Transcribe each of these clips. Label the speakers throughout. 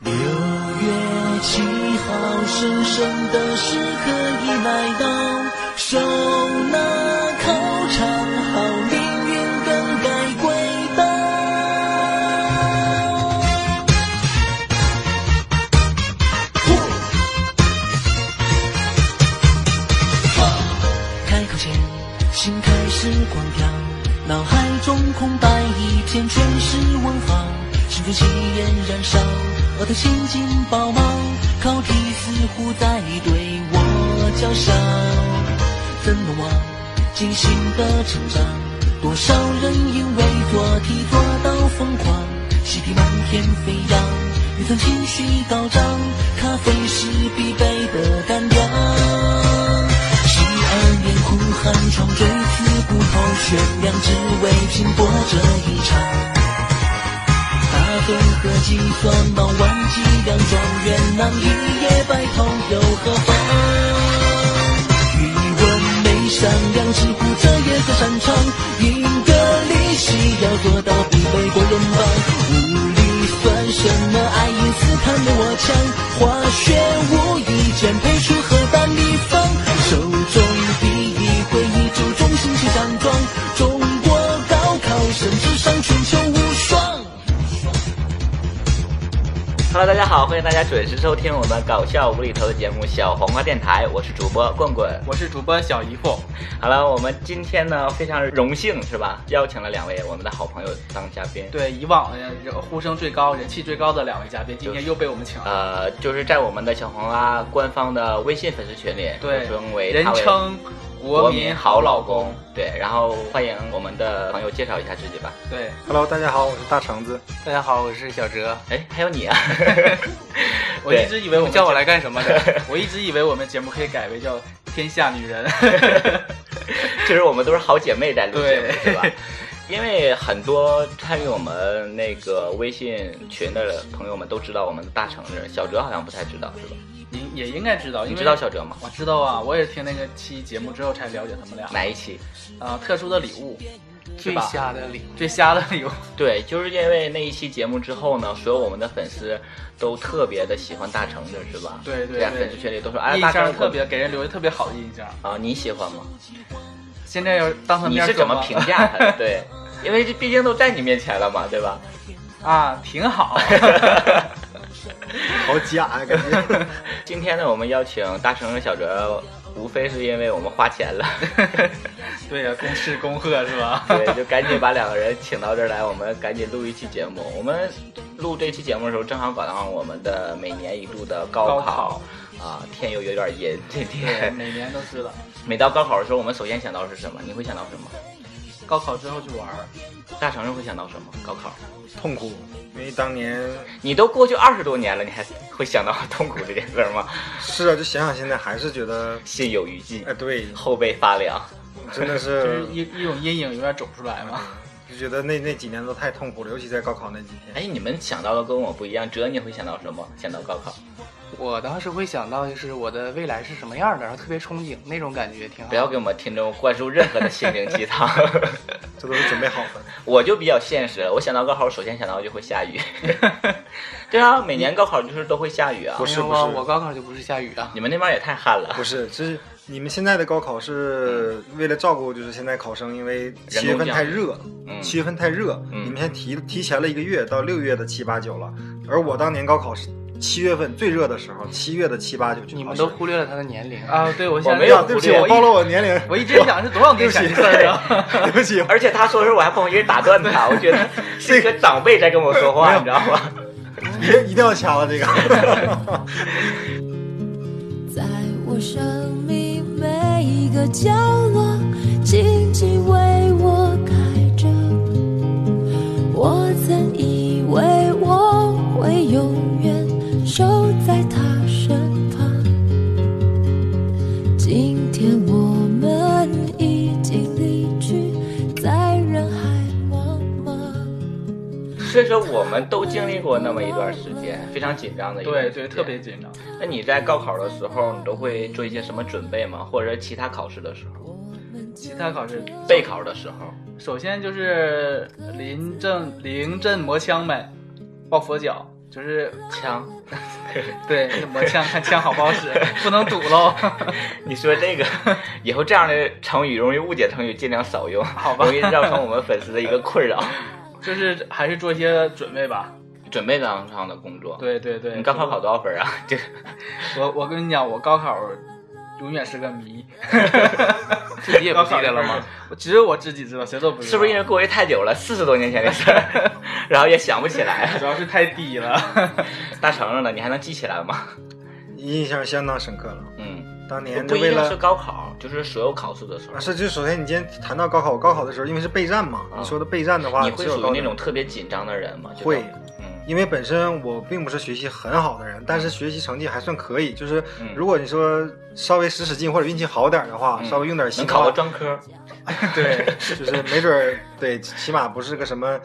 Speaker 1: 六月七号，神圣的时刻已来到，手拿考场号，命运更改轨道。开口前，心开始狂跳，脑海中空白一片，全是问号。身份气焰燃烧，额头青筋爆毛，考题似乎在对我叫嚣。怎么忘精心的成长？多少人因为做题做到疯狂，习题满天飞扬，云层情绪高涨，咖啡是必备的干粮。十二年苦寒窗，锥刺骨头悬梁，只为拼搏这一场。大分和计算忙完计量，状元郎一夜白头又何妨？语文没商量，只顾着夜色擅长，赢得利息要做到必备过人榜。物理算什么？爱因斯坦没我强，化学无意间配出核弹立方，手中第一回忆就中心气象装，中国高考生智商全球无双。
Speaker 2: Hello，大家好，欢迎大家准时收听我们搞笑无厘头的节目《小黄瓜电台》，我是主播棍棍。
Speaker 3: 我是主播小姨夫，
Speaker 2: 好了，我们今天呢非常荣幸是吧？邀请了两位我们的好朋友当嘉宾。
Speaker 3: 对以往呃呼声最高、人气最高的两位嘉宾，今天又被我们请来，
Speaker 2: 呃，就是在我们的小黄瓜官方的微信粉丝群里，
Speaker 3: 对
Speaker 2: 称为，
Speaker 3: 人
Speaker 2: 他为
Speaker 3: 称
Speaker 2: 国
Speaker 3: 国
Speaker 2: 民
Speaker 3: 民
Speaker 2: 好
Speaker 3: 好
Speaker 2: 老
Speaker 3: 老
Speaker 2: 公
Speaker 3: 公。。
Speaker 2: 对，然后欢迎我们的朋友介绍一下自己吧。
Speaker 3: 对，
Speaker 4: Hello，大家好，我是大橙子。
Speaker 5: 大家好，我是小哲。
Speaker 2: 哎，还有你 啊！
Speaker 3: 我一直以为我们
Speaker 5: 叫我来干什么的？
Speaker 3: 节，我一直以为我们节目可以改为叫《天下 女人》
Speaker 2: 其实我们都是好姐妹在录节目，
Speaker 3: 对
Speaker 2: 是吧？因为很多参与我们那个微信群的朋友们都知道我们的大橙子，小哲好像不太知道，是吧？
Speaker 3: 您也应该知道，因
Speaker 2: 你
Speaker 3: 为
Speaker 2: 知道小哲吗？
Speaker 3: 我知道啊，我也是听那个期节目之后才了解他们俩。
Speaker 2: 哪一期？
Speaker 3: 啊，特殊的礼物，是
Speaker 5: 最
Speaker 3: 吧
Speaker 5: 瞎的礼，
Speaker 3: 最瞎的 礼物，
Speaker 2: 对，就是因为那一期节目之后呢，所有我们的粉丝都特别的喜欢大橙子，是吧？
Speaker 3: 对对
Speaker 2: 在
Speaker 3: 对
Speaker 2: 粉丝群里都说，哎，
Speaker 3: 印
Speaker 2: 大橙
Speaker 3: 象
Speaker 2: 子
Speaker 3: 特别给人留下特别好的印象。
Speaker 2: 啊，你喜欢吗？
Speaker 3: 现在要当他
Speaker 2: 你
Speaker 3: 面
Speaker 2: 是怎么
Speaker 3: 说吗
Speaker 2: 评价他的？对，因为这毕竟都在你面前了嘛，对吧？
Speaker 3: 啊？挺 好。
Speaker 4: 好假呀、感觉。
Speaker 2: 今天呢，我们邀请大橙子、小哲，无非是因为我们花钱了。
Speaker 3: 对呀、公事公贺是吧？
Speaker 2: 对，就赶紧把两个人请到这儿来，我们赶紧录一期节目。我们录这期节目的时候，正好赶上我们的每年一度的高
Speaker 3: 高考
Speaker 2: 啊，天又有点阴，这
Speaker 3: 对，
Speaker 2: 天。
Speaker 3: 每年都知道。
Speaker 2: 每到高考的时候，我们首先想到的是什么？你会想到什么？
Speaker 3: 高考之后去玩儿，
Speaker 2: 大成人会想到什么？高考，
Speaker 4: 痛苦，因为当年
Speaker 2: 你都过去二十多年了，你还会想到痛苦这件事儿吗？
Speaker 4: 是啊，就想想现在还是觉得，
Speaker 2: 心有余悸
Speaker 4: 哎，，对，
Speaker 2: 后背发凉。
Speaker 4: 真的
Speaker 5: 呃
Speaker 3: 就是
Speaker 4: 是，
Speaker 3: 一一种阴影永远走不出来嘛。
Speaker 4: 就觉得那那几年都太痛苦了，尤其在高考那几天。
Speaker 2: 哎，你们想到的跟我不一样，哲你会想到什么？想到高考，
Speaker 5: 我当时会想到就是我的未来是什么样的，然后特别憧憬那种感觉，挺好。
Speaker 2: 不要给我们听众灌输任何的心灵鸡汤。
Speaker 4: 这都是准备好的。
Speaker 2: 我就比较现实了，我想到高考，首先想到就会下雨。 对啊，每年高考就是都会下雨啊
Speaker 4: 不。
Speaker 5: 没
Speaker 4: 是
Speaker 5: 有啊
Speaker 4: 不是
Speaker 5: 我高考就不是下雨啊。
Speaker 2: 你们那边也太旱了
Speaker 4: 不，是，就是你们现在的高考是为了照顾，就是现在考生，因为七月份太热
Speaker 2: 嗯，
Speaker 4: 七月份太热，
Speaker 2: 嗯
Speaker 4: 你们现在提提前了一个月到六月的七八九了，而我当年高考是七月份最热的时候，七月的七八九去考试。
Speaker 5: 你们都忽略了他的年龄。
Speaker 3: 啊，对，我
Speaker 2: 我
Speaker 3: 想
Speaker 2: 没
Speaker 4: 哎
Speaker 2: 有
Speaker 4: 呀，对不起，
Speaker 2: 忽略
Speaker 4: 我暴露我年龄。
Speaker 3: 我一直想是多 少年前的事儿啊。
Speaker 4: 对不起，
Speaker 2: 而且他说的时候我还不好意思打断他，我觉得是一个长辈在跟我说话，你知道吗？
Speaker 4: 一定一定要掐了这 个。
Speaker 6: 在我生命每一个角落，静静为我开着。我曾以为我会永远守在他身旁，今天我们已经离去，在人海茫茫。
Speaker 2: 所以说我们都经历过那么一段时间，非常紧张的一段
Speaker 3: 对
Speaker 2: 时间。
Speaker 3: 对，特别。紧张。
Speaker 2: 那你在高考的时候，你都会做一些什么准备吗？或者其他考试的时候，
Speaker 3: 其他考试，
Speaker 2: 备考的时候，
Speaker 3: 首先就是临阵临阵磨枪呗，抱佛脚。就是
Speaker 2: 枪，
Speaker 3: 对磨枪 看枪好不好使，不能堵喽。
Speaker 2: 你说这个以后这样的成语容易误解成语，尽量少用，
Speaker 3: 好吧
Speaker 2: 容易造成我们粉丝的一个困扰。
Speaker 3: 就是还是做一些准备吧。
Speaker 2: 准备当上的工作，，
Speaker 3: 对对对，
Speaker 2: 你高考考多少分啊？这个
Speaker 3: 我我跟你讲，我高考永远是个谜。
Speaker 5: 自己也不记得了吗？
Speaker 3: 我只有我自己知道，谁都不知道。
Speaker 2: 是不是因为过去太久了，四十多年前的事儿，然后也想不起来了？
Speaker 3: 主要是太低 了？
Speaker 2: 大橙橙呢？你还能记起来吗？
Speaker 4: 印象相当深刻了。
Speaker 2: 嗯，
Speaker 4: 当年
Speaker 2: 不
Speaker 4: 就
Speaker 2: 一
Speaker 4: 为
Speaker 2: 定
Speaker 4: 了
Speaker 2: 是高考，就是所有考试的时候
Speaker 4: 啊，。是就首先你今天谈到高考，我高考的时候因为是备战嘛，
Speaker 2: 啊
Speaker 4: 你说的备战的话，
Speaker 2: 你会
Speaker 4: 只有
Speaker 2: 属于
Speaker 4: 高
Speaker 2: 那
Speaker 4: 中
Speaker 2: 种特别紧张的人吗？就
Speaker 4: 会
Speaker 2: 是，嗯，
Speaker 4: 因为本身我并不是学习很好的人，但是学习成绩还算可以。就是
Speaker 2: 嗯
Speaker 4: 如果你说稍微使使劲或者运气好点儿的话，
Speaker 2: 嗯
Speaker 4: 稍微用点心
Speaker 2: 能
Speaker 4: 的话
Speaker 2: 考个专科，
Speaker 3: 对，
Speaker 4: 就是没准儿对，起码不是个什么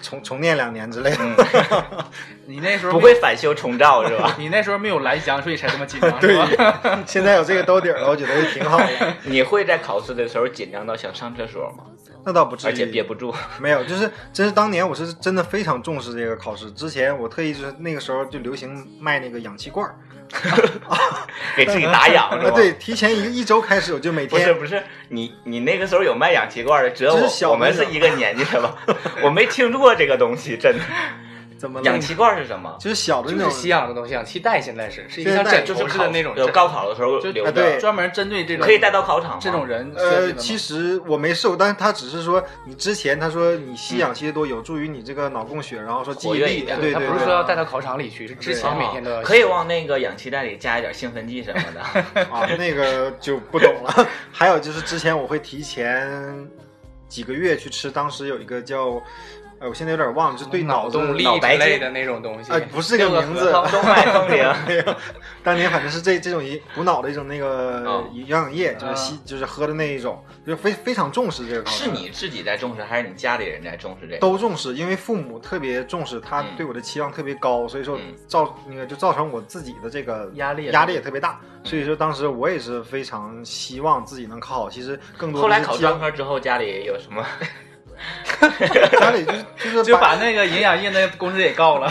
Speaker 4: 重重念两年之类的。
Speaker 2: 嗯，
Speaker 3: 你那时候
Speaker 2: 不
Speaker 3: 没
Speaker 2: 会，返修重造是 吧？
Speaker 3: 你那时候没有蓝翔，所以才这么紧 张，
Speaker 4: 对
Speaker 3: 是吧？
Speaker 2: 嗯
Speaker 4: 现在有这个兜底儿了，我觉得也挺好 的。
Speaker 2: 你会在考试的时候紧张到想上厕所吗？
Speaker 4: 那倒不至于，
Speaker 2: 而且憋不住，
Speaker 4: 没有，就是真是当年我是真的非常重视这个考试。之前我特意就是那个时候就流行卖那个氧气罐儿，
Speaker 2: 给自己打氧是 吧？
Speaker 4: 啊对，，提前一一周开始我就每
Speaker 2: 不是
Speaker 4: 天
Speaker 2: 不是，你你那个时候有卖氧气罐的，只有
Speaker 4: 这是小
Speaker 2: 我我们
Speaker 4: 的
Speaker 2: 是一个年纪的吧？ 我没听说过这个东西，真的。
Speaker 4: 怎么了
Speaker 2: 氧气罐是什么？
Speaker 4: 就是小的
Speaker 5: 就
Speaker 4: 那种
Speaker 5: 是吸氧的东西，氧气袋现在是是一个
Speaker 4: 现
Speaker 5: 像
Speaker 4: 在
Speaker 5: 枕
Speaker 4: 就
Speaker 5: 头似的那种
Speaker 2: 有
Speaker 5: 枕，
Speaker 2: 高考的时候
Speaker 3: 就
Speaker 2: 留
Speaker 4: 啊
Speaker 2: 着，
Speaker 4: 对
Speaker 3: 专门针对这种
Speaker 2: 可以带到考场吗
Speaker 3: 这种人设计
Speaker 4: 呃，
Speaker 3: 的吗
Speaker 4: 其实我没瘦，但是他只是说你之前他说你吸氧吸的多，有助于你这个脑供血，然后说记
Speaker 2: 活
Speaker 4: 忆
Speaker 2: 跃
Speaker 4: 力，
Speaker 2: 一点
Speaker 4: 对
Speaker 5: 他
Speaker 4: 对
Speaker 5: 不是
Speaker 4: 对
Speaker 5: 说要带到考场里去，是之前每天都要
Speaker 2: 哦
Speaker 5: 吸
Speaker 2: 可以往那个氧气袋里加一点兴奋剂什么的。
Speaker 4: 啊，那个就不懂了。 还有就是之前我会提前几个月去吃，当时有一个叫，呃，我现在有点忘了，就对脑
Speaker 5: 脑
Speaker 4: 子
Speaker 5: 动力
Speaker 2: 脑白
Speaker 5: 之类
Speaker 2: 金
Speaker 5: 的那种东西
Speaker 4: 啊、。不是这个名字，
Speaker 2: 东海风铃，
Speaker 4: 没有， 当年反正是这这种一补脑的一种那个
Speaker 2: 哦
Speaker 4: 营养液，就是吸就是喝的那一种，就非非常重视这个考试。
Speaker 2: 是你自己在重视，还是你家里人在重视这个？
Speaker 4: 都重视，因为父母特别重视，他
Speaker 2: 嗯
Speaker 4: 对我的期望特别高，所以说
Speaker 2: 嗯
Speaker 4: 造那个就造成我自己的这个
Speaker 3: 压力也
Speaker 4: 压力也特别大，
Speaker 2: 嗯
Speaker 4: 所以说当时我也是非常希望自己能考好。其实更多
Speaker 2: 后
Speaker 4: 的
Speaker 2: 来
Speaker 4: 是
Speaker 2: 考
Speaker 4: 希望
Speaker 2: 专科之后，家里有什么？
Speaker 4: 家里就是 就是
Speaker 3: 就
Speaker 4: 摆
Speaker 3: 把那个营养液那工资也告 了，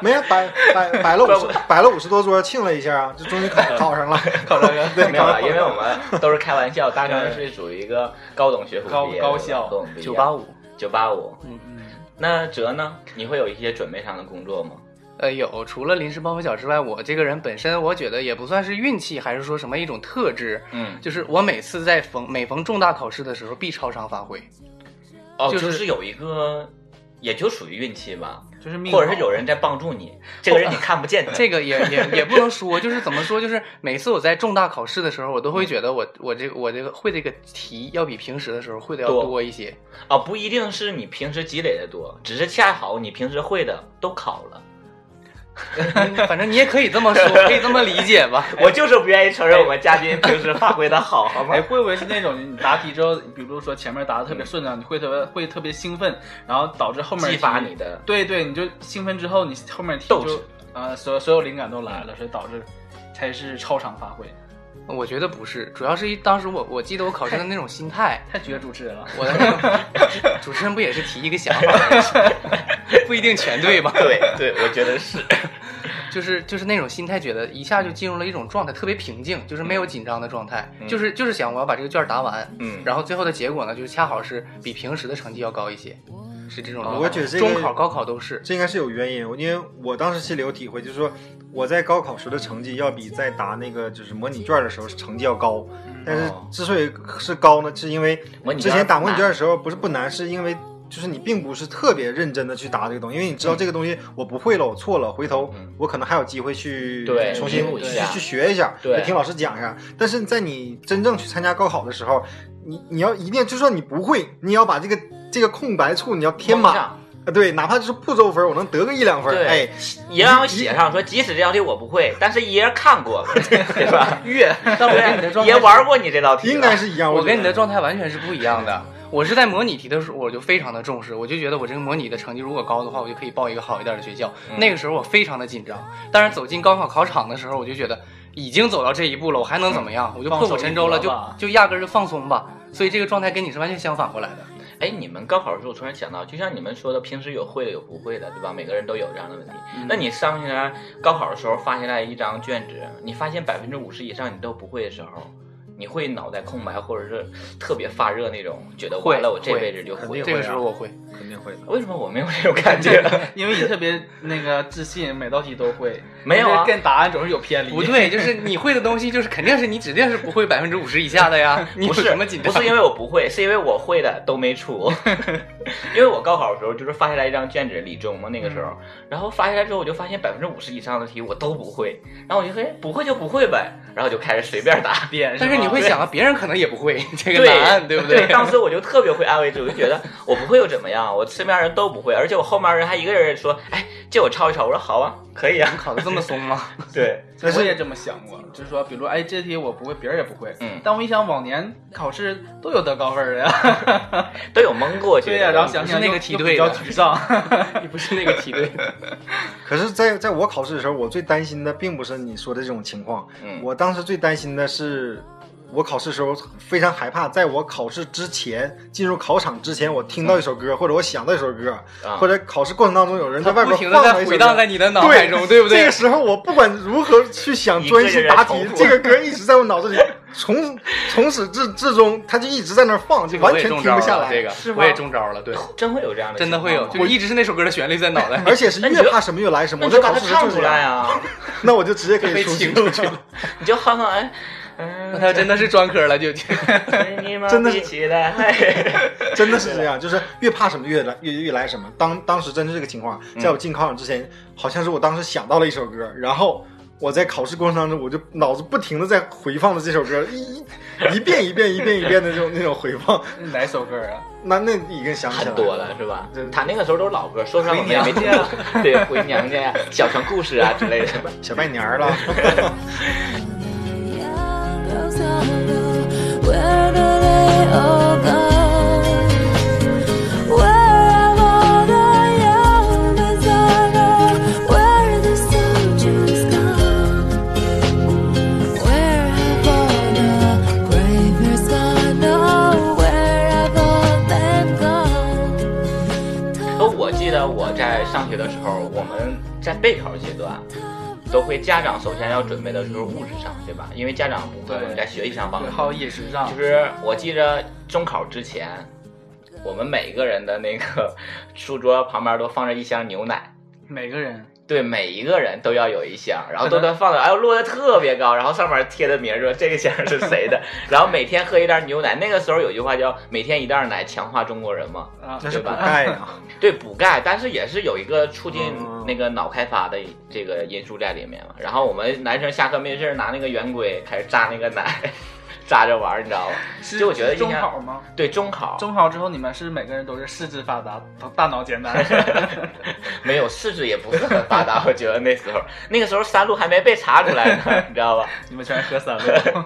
Speaker 4: 没有摆 摆摆了五十摆了五十多桌，庆了一下啊，就终于考考上了。
Speaker 3: 考这个
Speaker 4: 对
Speaker 2: 没有了，因为我们都是开玩笑。大成是属于一个高等学府
Speaker 3: 高
Speaker 2: 毕业的
Speaker 3: 高校
Speaker 2: 和我们不一样
Speaker 5: 九八五，
Speaker 2: 九八五。
Speaker 5: 嗯
Speaker 2: 嗯。那哲呢？你会有一些准备上的工作吗？
Speaker 5: 呃，有除了临时抱佛脚之外，我这个人本身我觉得也不算是运气，还是说什么一种特质，
Speaker 2: 嗯，
Speaker 5: 就是我每次在逢每逢重大考试的时候必超常发挥。
Speaker 2: 哦，
Speaker 5: 就是
Speaker 2: 就是有一个，也就属于运气吧，
Speaker 3: 就是命好，
Speaker 2: 或者是有人在帮助你，这个人你看不见他。
Speaker 5: 这个也也也不能说，就是怎么说，就是每次我在重大考试的时候，我都会觉得我我这个我这个会这个题要比平时的时候会的要
Speaker 2: 多
Speaker 5: 多一些。
Speaker 2: 哦，不一定是你平时积累的多，只是恰好你平时会的都考了。
Speaker 5: 嗯反正你也可以这么说，可以这么理解吧。
Speaker 2: 我就是不愿意承认我们嘉宾平时发挥的好，好 吗
Speaker 3: 哎，？会不会是那种你答题之后，比如说前面答的特别顺啊畅，你会特别会特别兴奋，然后导致后面
Speaker 2: 激发
Speaker 3: 题
Speaker 2: 你的
Speaker 3: 对对，你就兴奋之后，你后面题
Speaker 2: 斗
Speaker 3: 就
Speaker 2: 志
Speaker 3: 呃，所有所有灵感都来了，所以导致才是超常发挥。
Speaker 5: 我觉得不是，主要是一当时我我记得我考试的那种心态，
Speaker 3: 太绝主持人了，
Speaker 5: 我的 主持人不也是提一个想法， 不一定全对吧？
Speaker 2: 对对，我觉得 是。
Speaker 5: 就是就是那种心态，觉得一下就进入了一种状态，特别平静，就是没有紧张的状态，
Speaker 2: 嗯
Speaker 5: 就是就是想我要把这个卷儿答完，
Speaker 2: 嗯
Speaker 5: 然后最后的结果呢，就是恰好是比平时的成绩要高一些，是这种状态。
Speaker 4: 哦我觉得这个
Speaker 5: 中考、高考都是，
Speaker 4: 这应该是有原因，我因为我当时心里有体会，就是说我在高考时的成绩要比在答那个就是模拟卷的时候成绩要高，但是之所以是高呢，是因为
Speaker 2: 嗯哦模拟
Speaker 4: 之
Speaker 2: 卷
Speaker 4: 前打模拟
Speaker 2: 难
Speaker 4: 卷的时候不是不难，是因为。就是你并不是特别认真的去答这个东西，因为你知道这个东西我不会了，我错了，回头
Speaker 2: 嗯
Speaker 4: 我可能还有机会去
Speaker 2: 对
Speaker 4: 重新
Speaker 2: 弥补一
Speaker 4: 去
Speaker 2: 下
Speaker 4: 去学一下，
Speaker 2: 对
Speaker 4: 听老师讲一下。但是在你真正去参加高考的时候，你你要一定，就算你不会，你也要把这个这个空白处你要填
Speaker 2: 往
Speaker 4: 满，
Speaker 2: 上
Speaker 4: 啊，对，哪怕就是不周分，我能得个一两分，
Speaker 2: 对
Speaker 4: 哎，
Speaker 2: 也让我写上说，即使这道题我不会，但是爷看过， 对吧？月，对，爷玩过你这道题了，
Speaker 4: 应该是一样。
Speaker 5: 我
Speaker 4: 我
Speaker 5: 跟你
Speaker 4: 觉
Speaker 5: 的
Speaker 4: 得
Speaker 5: 状态完全是不一样的。我是在模拟题的时候，我就非常的重视，我就觉得我这个模拟的成绩如果高的话，我就可以报一个好一点的学校。
Speaker 3: 嗯
Speaker 5: 那个时候我非常的紧张，但是走进高考考场的时候，我就觉得已经走到这一步了，我还能怎么样？我就破釜沉舟了，
Speaker 3: 放手一
Speaker 5: 就
Speaker 3: 搏吧
Speaker 5: 就压根儿就放松吧。所以这个状态跟你是完全相反过来的。
Speaker 2: 哎，你们高考的时候，我突然想到，就像你们说的，平时有会的，有不会的，对吧？每个人都有这样的问题。
Speaker 4: 嗯
Speaker 2: 那你上下来高考的时候发下来一张卷纸，你发现百分之五十以上你都不会的时候，你会脑袋空白，或者是特别发热那种，觉得
Speaker 5: 会
Speaker 2: 完了，我这
Speaker 5: 会
Speaker 2: 辈子就
Speaker 4: 肯
Speaker 2: 会
Speaker 4: 定
Speaker 2: 了。
Speaker 5: 这个时候我会，
Speaker 4: 肯定会的。
Speaker 2: 为什么我没有这种感觉？
Speaker 3: 因为你特别那个自信，每道题都会，
Speaker 2: 没有啊
Speaker 3: 跟答案总是有偏离。
Speaker 5: 不，对，就是你会的东西，就是肯定是你指定是不会百分之五十以下 的呀。你有
Speaker 2: 不是
Speaker 5: 什么紧张？
Speaker 2: 不是因为我不会，是因为我会的都没出。 因为我高考的时候就是发下来一张卷子，理综嘛那个时
Speaker 5: 嗯
Speaker 2: 候，然后发下来之后我就发现百分之五十以上的题我都不会，然后我就嘿不会就不会呗，然后就开始随便答。
Speaker 3: 点
Speaker 5: 但是你会
Speaker 3: 吧
Speaker 5: 想啊，别人可能也不会 这个答案，对
Speaker 2: 对
Speaker 5: 不对？
Speaker 2: 当时我就特别会安慰自己，我就觉 得我不会又怎么样，我身边人都不会，而且我后面人还一个人说，哎，借我抄一抄，我说好啊，可以啊。
Speaker 5: 考的这么松 吗？
Speaker 2: 对，
Speaker 4: 但
Speaker 3: 我
Speaker 4: 是
Speaker 3: 也这么想过，就是说，比如哎，这题我不会，别人也不会。
Speaker 2: 嗯
Speaker 3: 但我一想，往年考试都有得高分儿的呀。
Speaker 2: 都有蒙过去。
Speaker 3: 对呀、然后想
Speaker 5: 是
Speaker 3: 想
Speaker 5: 那
Speaker 3: 又
Speaker 5: 个梯
Speaker 3: 又
Speaker 5: 队
Speaker 3: 比较
Speaker 5: 的
Speaker 3: 沮丧。
Speaker 5: 你不是那个梯队 的，
Speaker 4: 可是在，在我考试的时候，我最担心的并不是你说的这种情况，
Speaker 2: 嗯
Speaker 4: 我当时最担心的是，我考试的时候非常害怕，在我考试之前进入考场之前，我听到一首歌，或者我想到一首歌，
Speaker 2: 啊
Speaker 4: 或者考试过程当中有人在外
Speaker 5: 不
Speaker 4: 边
Speaker 5: 停的
Speaker 4: 放了
Speaker 5: 在
Speaker 4: 一首
Speaker 5: 回
Speaker 4: 歌
Speaker 5: 荡在你的脑海中，对不
Speaker 4: 这
Speaker 5: 对
Speaker 4: 个？时候我不管如何去想专心答题
Speaker 2: 一个人在重，复
Speaker 4: 这个歌一直在我脑子里，从从始至至终，它就一直在那儿放，就
Speaker 5: 这个
Speaker 4: 完
Speaker 5: 我也
Speaker 4: 全
Speaker 5: 中
Speaker 4: 停
Speaker 5: 招
Speaker 4: 不下
Speaker 5: 了，
Speaker 4: 来。
Speaker 5: 这个
Speaker 2: 是吗
Speaker 5: 我也中招 了，对，
Speaker 2: 真会有这样的，
Speaker 5: 真的会有，就一直是那首歌的旋律在脑袋。
Speaker 4: 而且是
Speaker 2: 哎那你
Speaker 4: 越
Speaker 2: 就
Speaker 4: 怕什么越来什么，
Speaker 2: 那
Speaker 4: 我
Speaker 2: 你
Speaker 4: 在
Speaker 2: 就把
Speaker 4: 考
Speaker 2: 它
Speaker 4: 试的时候
Speaker 2: 唱
Speaker 4: 就
Speaker 2: 出
Speaker 4: 这样
Speaker 2: 来，啊，
Speaker 4: 那我就直 接可以
Speaker 5: 被
Speaker 4: 出
Speaker 5: 请
Speaker 4: 去
Speaker 5: 出
Speaker 4: 了。
Speaker 5: 去，
Speaker 2: 你就哼哼哎，
Speaker 5: 那他真的是专科了，就就
Speaker 2: 嗯，你们
Speaker 4: 真的
Speaker 2: 一起来，嘿
Speaker 4: 真的是这样，就是越怕什么越来越越来什么。当当时真是这个情况，在
Speaker 2: 嗯
Speaker 4: 我进考场之前，好像是我当时想到了一首歌，然后我在考试过程当中，我就脑子不停的在回放着这首歌，一一一遍一遍一遍一遍的那种那种回放，
Speaker 3: 哪首歌啊？
Speaker 4: 那那已经想起来
Speaker 2: 很多了是吧
Speaker 4: 真？的
Speaker 2: 他那个时候都是老歌，说出来我
Speaker 3: 回
Speaker 2: 们也
Speaker 3: 娘
Speaker 2: 没听
Speaker 3: 家
Speaker 2: 过，对，回娘家呀，小城故事啊之类的。
Speaker 4: 小拜年儿 了。
Speaker 6: Young girls all go. Where do they all go? Where are all the young boys all go? Where are the soldiers gone? Where have all the bravers gone? Oh, where have all them gone?
Speaker 2: 可我记得我在上学的时候，我们在备考阶段，都会家长首先要准备的就是物质上，对吧？因为家长不会
Speaker 3: 对
Speaker 2: 我们在学习上帮
Speaker 3: 对，
Speaker 2: 助。
Speaker 3: 还有饮食上
Speaker 2: 就，是我记着中考之前，我们每个人的那个书桌旁边都放着一箱牛奶。
Speaker 3: 每个人
Speaker 2: 对，每一个人都要有一箱，然后
Speaker 3: 可
Speaker 2: 都
Speaker 3: 能
Speaker 2: 在放的，哎呦，落的特别高，然后上面贴的名儿说这个箱是谁的，然后每天喝一袋牛奶。那个时候有句话叫“每天一袋奶，强化中国人”嘛，
Speaker 3: 啊，
Speaker 4: 那是
Speaker 2: 对
Speaker 4: 补
Speaker 2: 吧
Speaker 4: 钙 呀，
Speaker 2: 对补钙，但是也是有一个促进
Speaker 4: 嗯
Speaker 2: 那个脑开发的这个因素在里面嘛。然后我们男生下课没事儿拿那个圆规开始榨那个奶， 榨着玩儿，你知道吗？
Speaker 3: 是
Speaker 2: 就我觉得
Speaker 3: 是中
Speaker 2: 印象
Speaker 3: 考吗？
Speaker 2: 对中考
Speaker 3: 中考之后，你们是每个人都是四肢发达，头大脑简 单。
Speaker 2: 没有四肢也不是很发达，我觉得那时候那个时候三鹿还没被查出来呢，你知道吧？
Speaker 3: 你们全是喝三鹿，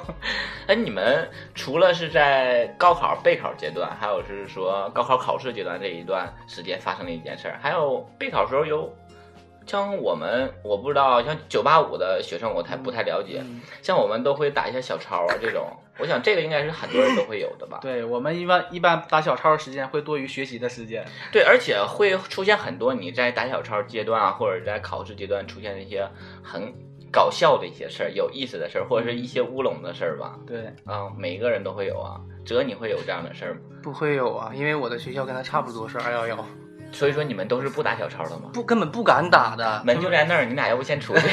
Speaker 2: 哎，你们除了是在高考备考阶段，还有是说高考考试阶段这一段时间发生的一件事儿，还有备考时候有，像我们我不知道，像九八五的学生我才不太了解，像我们都会打一下小抄啊这种，我想这个应该是很多人都会有的吧。
Speaker 3: 对我们一般一般打小抄的时间会多于学习的时间。
Speaker 2: 对，而且会出现很多你在打小抄阶段啊，或者在考试阶段出现的一些很搞笑的一些事儿、有意思的事儿，或者是一些乌龙的事儿吧。
Speaker 3: 对，
Speaker 2: 啊，每个人都会有啊。哲，你会有这样的事儿吗？
Speaker 5: 不会有啊，因为我的学校跟他差不多是二幺幺，
Speaker 2: 所以说你们都是不打小抄的吗？
Speaker 5: 不根本不敢打 的。
Speaker 2: 门就在那儿，你俩要不先 出去？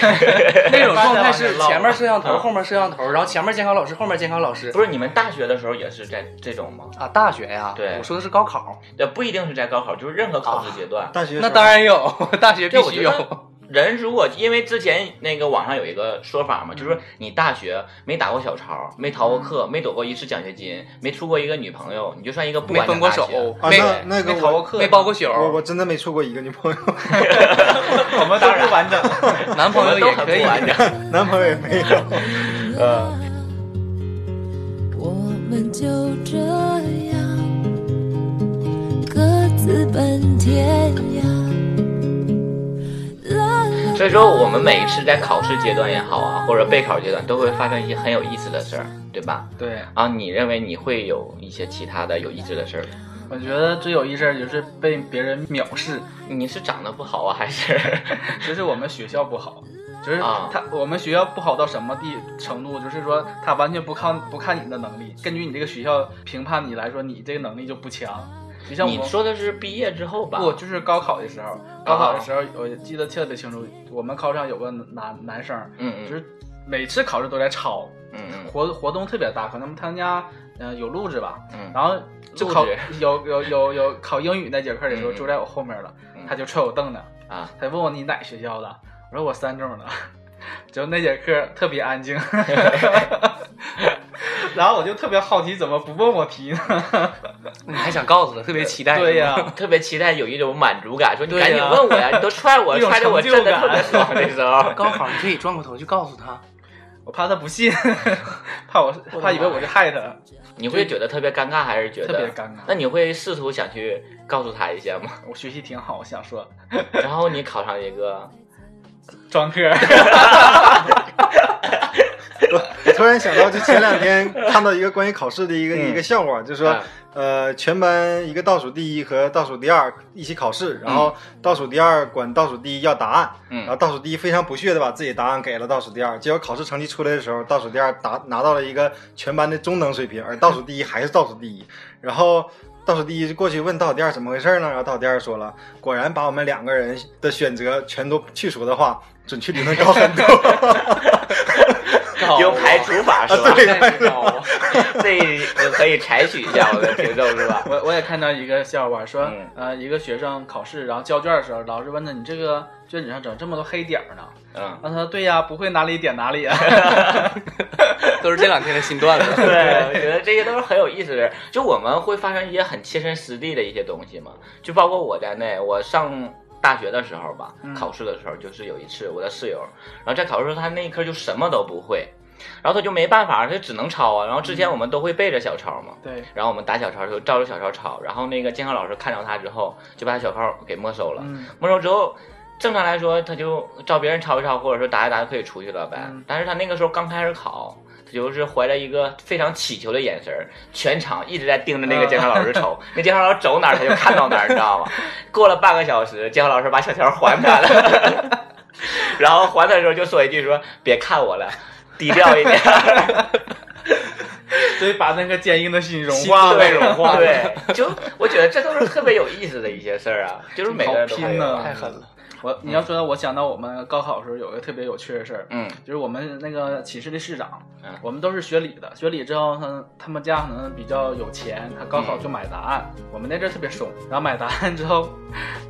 Speaker 5: 那种状态是前面摄像
Speaker 2: 啊
Speaker 5: 头，后面摄像头，然后前面监考老师，后面监考老师
Speaker 2: 不。是你们大学的时候也是在这种吗？
Speaker 5: 啊，大学呀，
Speaker 2: 对
Speaker 5: 我说的是高考，
Speaker 2: 也不一定是在高考，就是任何考试阶段。
Speaker 4: 大学
Speaker 5: 那当然有， 大学必
Speaker 2: 对，我
Speaker 5: 须
Speaker 2: 觉得
Speaker 5: 有。
Speaker 2: 人如果因为之前那个网上有一个说法嘛，就是说你大学没打过小抄，没逃过课，没躲过一次奖学金，没处过一个女朋友，你就算一个不
Speaker 5: 没
Speaker 2: 管
Speaker 5: 分过手，
Speaker 4: 啊，
Speaker 5: 没
Speaker 4: 那那个
Speaker 3: 没逃过
Speaker 4: 我
Speaker 3: 课，
Speaker 5: 没包过宿，
Speaker 4: 我我真的没处过一个女朋友，
Speaker 3: 我们都不完整。
Speaker 5: 男
Speaker 2: 我
Speaker 5: 朋友
Speaker 2: 们都
Speaker 5: 也
Speaker 2: 很
Speaker 5: 可以
Speaker 2: 不。完整。
Speaker 4: 男朋友也没有。
Speaker 2: 呃，
Speaker 6: 我们就这样各自奔天涯。啦 啦
Speaker 2: 所以说我们每一次在考试阶段也好啊，或者备考阶段，都会发生一些很有意思的事儿，对吧？
Speaker 3: 对，
Speaker 2: 啊，你认为你会有一些其他的有意思的事儿吗？
Speaker 3: 我觉得最有意思儿就是被别人藐视，
Speaker 2: 你是长得不好啊，还是
Speaker 3: 就是我们学校不好，就是
Speaker 2: 啊
Speaker 3: 他、我们学校不好到什么地程度，就是说他完全不看不看你的能力，根据你这个学校评判你来说，你这个能力就不强。就像
Speaker 2: 你
Speaker 3: 我
Speaker 2: 说的是毕业之后吧？
Speaker 3: 不就是高考的时候，高考的时候我记得特别清楚，我们考场有个男男生，
Speaker 2: 嗯
Speaker 3: 就
Speaker 2: 嗯
Speaker 3: 是每次考试都在抄，
Speaker 2: 嗯嗯
Speaker 3: 活活动特别大，可能他们家嗯、呃有录制吧，
Speaker 2: 嗯，
Speaker 3: 然后就考
Speaker 2: 录制
Speaker 3: 有有有有考英语那节课的时候
Speaker 2: 嗯
Speaker 3: 就在我后面了，
Speaker 2: 嗯
Speaker 3: 他就踹我凳子，
Speaker 2: 啊，
Speaker 3: 他问我你哪学校的，我说我三中的， 就那节课特别 安静，然后我就特别好奇怎么不问我题呢？
Speaker 5: 你还想告诉他，特别期待。
Speaker 3: 对呀、
Speaker 2: 特别期待有一种满足感，说你
Speaker 5: 对呀
Speaker 2: 赶紧问我呀，你都踹我，
Speaker 3: 一种
Speaker 2: 踹得我
Speaker 3: 成就
Speaker 2: 震
Speaker 3: 感
Speaker 2: 的特别爽。那时 候，
Speaker 5: 高考你可以转过头去告诉他，
Speaker 3: 我怕他不信， 怕我怕以为我是害他，
Speaker 2: 你会觉得特别尴尬，还是觉
Speaker 3: 特别
Speaker 2: 得？
Speaker 3: 尴尬。
Speaker 2: 那你会试图想去告诉他一些吗？
Speaker 3: 我学习挺好，我想说
Speaker 2: 然后你考上一 个，
Speaker 3: 专科，
Speaker 4: 我突然想到，就前两天看到一个关于考试的一个、
Speaker 2: 嗯
Speaker 4: 一个笑话，就说
Speaker 2: 啊，
Speaker 4: 呃，全班一个倒数第一和倒数第二一起考试，然后倒数第二管倒数第一要答案，然后
Speaker 2: 嗯
Speaker 4: 倒数第一非常不屑的把自己答案给了倒数第二，结果考试成绩出来的时候，倒数第二拿拿到了一个全班的中等水平，而倒数第一还是倒数第一。然后倒数第一就过去问倒数第二怎么回事呢？然后倒数第二说了，果然把我们两个人的选择全都去除的话，准确率能高很多。
Speaker 2: 用排除
Speaker 3: 啊
Speaker 2: 法是吧？
Speaker 4: 对
Speaker 5: 太高了。
Speaker 2: 这可以采取一下我的听众是吧？
Speaker 3: 我我也看到一个笑话，说、
Speaker 2: 嗯
Speaker 3: 呃一个学生考试然后交卷的时候，老师问他你这个卷子上怎么这么多黑点儿呢？
Speaker 2: 嗯，
Speaker 3: 然后他说对呀，不会哪里点哪 里啊。
Speaker 5: 都是这两天的新段子。
Speaker 2: 对，我觉得这些都是很有意思的。就我们会发生一些很切身实地的一些东西嘛，就包括我在内，我上大学的时候吧，考试的时候，就是有一次我的室友，然后在考试的时候他那一科就什么都不会，然后他就没办法，他就只能抄啊。然后之前我们都会背着小抄嘛，
Speaker 3: 对，
Speaker 2: 然后我们打小抄就照着小抄抄，然后那个监考老师看着他之后，就把他小抄给没收了。
Speaker 3: 嗯
Speaker 2: 没收之后，正常来说他就照别人抄一抄，或者说答一答就可以出去了呗。
Speaker 3: 嗯
Speaker 2: 但是他那个时候刚开始考，他就是怀着一个非常乞求的眼神儿，全场一直在盯着那个监考老师瞅，那监考老师走哪儿他就看到哪儿，你知道吗？过了半个小时，监考老师把小条还他了， 然后还他的时候就说一句说别看我了，低调一点。
Speaker 3: 所以把那个坚硬的心融化
Speaker 2: 化
Speaker 3: 了，
Speaker 2: 被融化，对，就我觉得这都是特别有意思的一些事儿啊，就是每个人都
Speaker 3: 好
Speaker 2: 会
Speaker 3: 拼
Speaker 2: 有
Speaker 3: 呢
Speaker 5: 太狠了，
Speaker 3: 我你要说到我想到我们高考的时候有一个特别有趣的事儿，
Speaker 2: 嗯
Speaker 3: 就是我们那个寝室的室长
Speaker 2: 嗯，
Speaker 3: 我们都是学理的，学理之后他他们家可能比较有钱，他高考就买答案，我们那阵儿特别怂，然后买答案之后，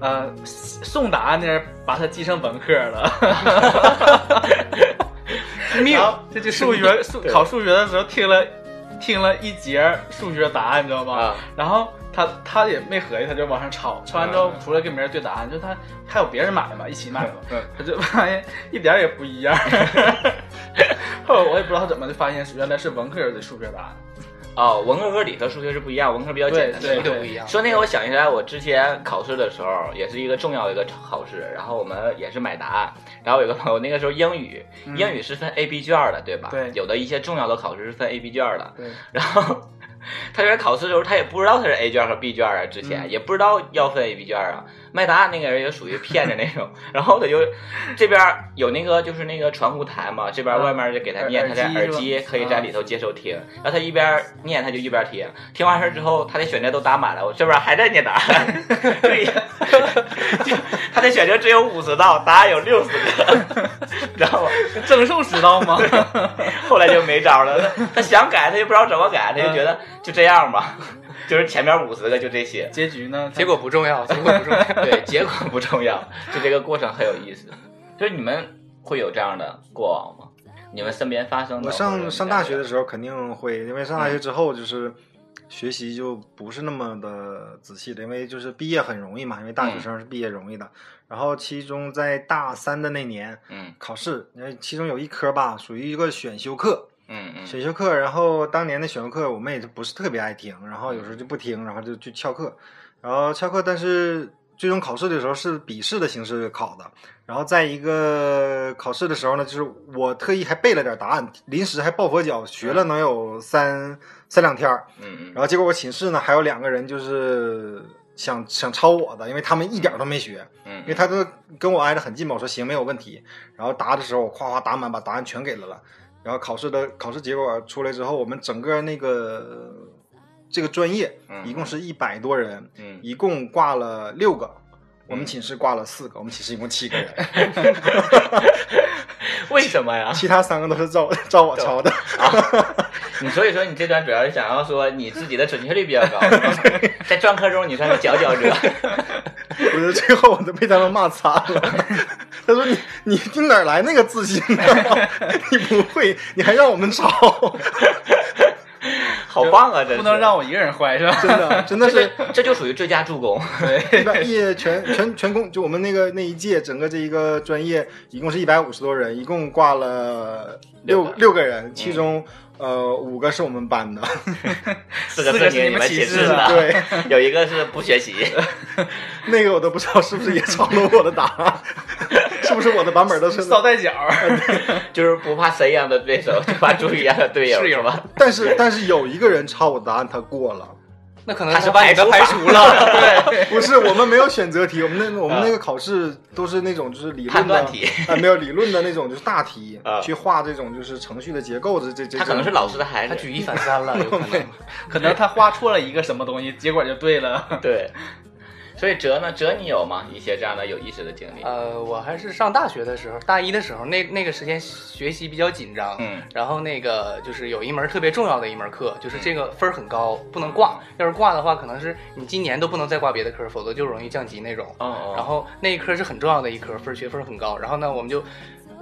Speaker 3: 呃，送答案那人把他记成文科了，
Speaker 5: 命
Speaker 3: 然后这就数学数
Speaker 2: 对
Speaker 3: 考数学的时候听了听了一节数学答案，你知道吗？
Speaker 2: 啊，
Speaker 3: 然后他他也没合计，他就往上抄，抄完之后除了跟别人对答案，就他还有别人买嘛，一起买嘛，他就发现一点儿也不一样。 后来我也不知道怎么就发现原来是文科人的数学答案，
Speaker 2: 哦，文科和理科数学是不一样，文科比较简单。
Speaker 3: 对
Speaker 5: 都不一样。
Speaker 2: 说那个，我想起来，我之前考试的时候，也是一个重要的一个考试，然后我们也是买答案，然后有个朋友那个时候英语，英语是分 A、B 卷的，嗯对吧？
Speaker 3: 对
Speaker 2: 有的一些重要的考试是分 A、B 卷的，
Speaker 3: 对，
Speaker 2: 然后他在考试的时候，他也不知道他是 A 卷和 B 卷啊，之前、
Speaker 3: 嗯
Speaker 2: 也不知道要分 A、B 卷啊。卖答案那个人也属于骗的那 种，然后他就这边有那个就是那个传呼台嘛，这边
Speaker 3: 啊
Speaker 2: 外面就给他念，
Speaker 3: 耳
Speaker 2: 他的嗯耳
Speaker 3: 耳机
Speaker 2: 机
Speaker 3: 是吧
Speaker 2: 可以在里头接收听，然后他一边念他就一边听，听完事儿之后他的选择都打满了，我这边还在念答案，对，就 他的选择只有五十道，答案有六十个，你知道吗？
Speaker 3: 赠送知道吗？
Speaker 2: 后来就没招了，他他想改，他又不知道怎么改，他就觉得就这样吧，就是前面五十个就这些，
Speaker 3: 结局 呢？他
Speaker 5: 结果不重要，结果不重要。
Speaker 2: 对，结果不重要，就这个过程很有意思。就是你们会有这样的过往吗？你们身边发生的？
Speaker 4: 我上上大学的
Speaker 2: 时
Speaker 4: 时候肯定会，因为上大学之后就是学习就不是那么的仔细了，因为就是毕业很容易嘛，因为大学生是毕业容易的。然后其中在大三的那年
Speaker 2: 候，嗯
Speaker 4: 考试，因为其中有一科吧属于一个选修课，
Speaker 2: 嗯嗯
Speaker 4: 选修课，然后当年的选修课我们也就不是特别爱听，然后有时候就不听，然后就去翘课，然后翘课，但是。最终考试的时候是笔试的形式考的，然后在一个考试的时候呢，就是我特意还背了点答案，临时还抱佛脚学了能有三三两天儿
Speaker 2: 嗯
Speaker 4: 然后结果我寝室呢还有两个人就是想想抄我的，因为他们一点儿都没学，
Speaker 2: 嗯
Speaker 4: 因为他都跟我挨得很近嘛，我说行没有问题。然后答的时候，我夸夸答满，把答案全给了了。然后考试的考试结果出来之后，我们整个那个这个专业
Speaker 2: 嗯
Speaker 4: 一共是一百多人，
Speaker 2: 嗯
Speaker 4: 一共挂了六个。我们寝室挂了四个，我们寝室一共七 个人，
Speaker 2: 为什么呀？
Speaker 4: 其他三个都是照照我抄的。
Speaker 2: 你所以说你这段主要是想要说你自己的准确率比较高，在专科中你算是佼佼者。
Speaker 4: 我觉得最后我都被他们骂惨了。他说你你你哪儿来那个自信呢？你不会，你还让我们抄，
Speaker 2: 好棒 啊！这
Speaker 3: 不能让我一个人坏是吧？
Speaker 4: 真的真的
Speaker 2: 这
Speaker 4: 是
Speaker 2: 这这就属于最佳助攻。
Speaker 4: 一百一全全全共就我们那个那一届整个这一个专业一共是一百五十多人，一共挂了六
Speaker 2: 六
Speaker 4: 六个人，其中、呃五个是我们班的，
Speaker 2: 四个
Speaker 3: 四个
Speaker 2: 是
Speaker 3: 是
Speaker 2: 你
Speaker 3: 你
Speaker 2: 们
Speaker 3: 们
Speaker 2: 寝
Speaker 3: 寝
Speaker 2: 室
Speaker 3: 室
Speaker 2: 的，
Speaker 3: 的
Speaker 4: 对，
Speaker 2: 有一个是不学习，
Speaker 4: 那个我都不知道是不是也抄了我的答案，是不是我的版本都是
Speaker 3: 捎带脚儿，
Speaker 2: 就是不怕神一样的对手，就怕猪一样的队友，
Speaker 5: 室友
Speaker 2: 是吧？
Speaker 4: 但是但是有一个人抄我答案，他过了。
Speaker 5: 那可能
Speaker 2: 他是
Speaker 5: 把你的
Speaker 2: 排
Speaker 5: 排
Speaker 2: 除
Speaker 5: 除 了，对，
Speaker 4: 不是，我们没有选择题，我们那我们那个考试都是那种就是理论的
Speaker 2: 啊判断题
Speaker 4: 啊、没有理论的那种就是大题，
Speaker 2: 啊
Speaker 4: 去画这种就是程序的结构的这这。
Speaker 2: 他可能是老师的孩
Speaker 5: 他
Speaker 2: 子，
Speaker 5: 举一反三了，有可能。
Speaker 3: 可能他画错了一个什么东西，结果就对了。
Speaker 2: 对。所以哲呢，哲你有吗？一些这样的有意思的经历？
Speaker 5: 呃，我还是上大学的时候，大一的时候，那那个时间学习比较紧张，
Speaker 2: 嗯
Speaker 5: 然后那个就是有一门特别重要的一门课，就是这个分儿很高，不能挂，要是挂的话，可能是你今年都不能再挂别的科，否则就容易降级那种。
Speaker 2: 哦
Speaker 5: 然后那一科是很重要的一科，分儿学分儿很高。然后呢，我们就。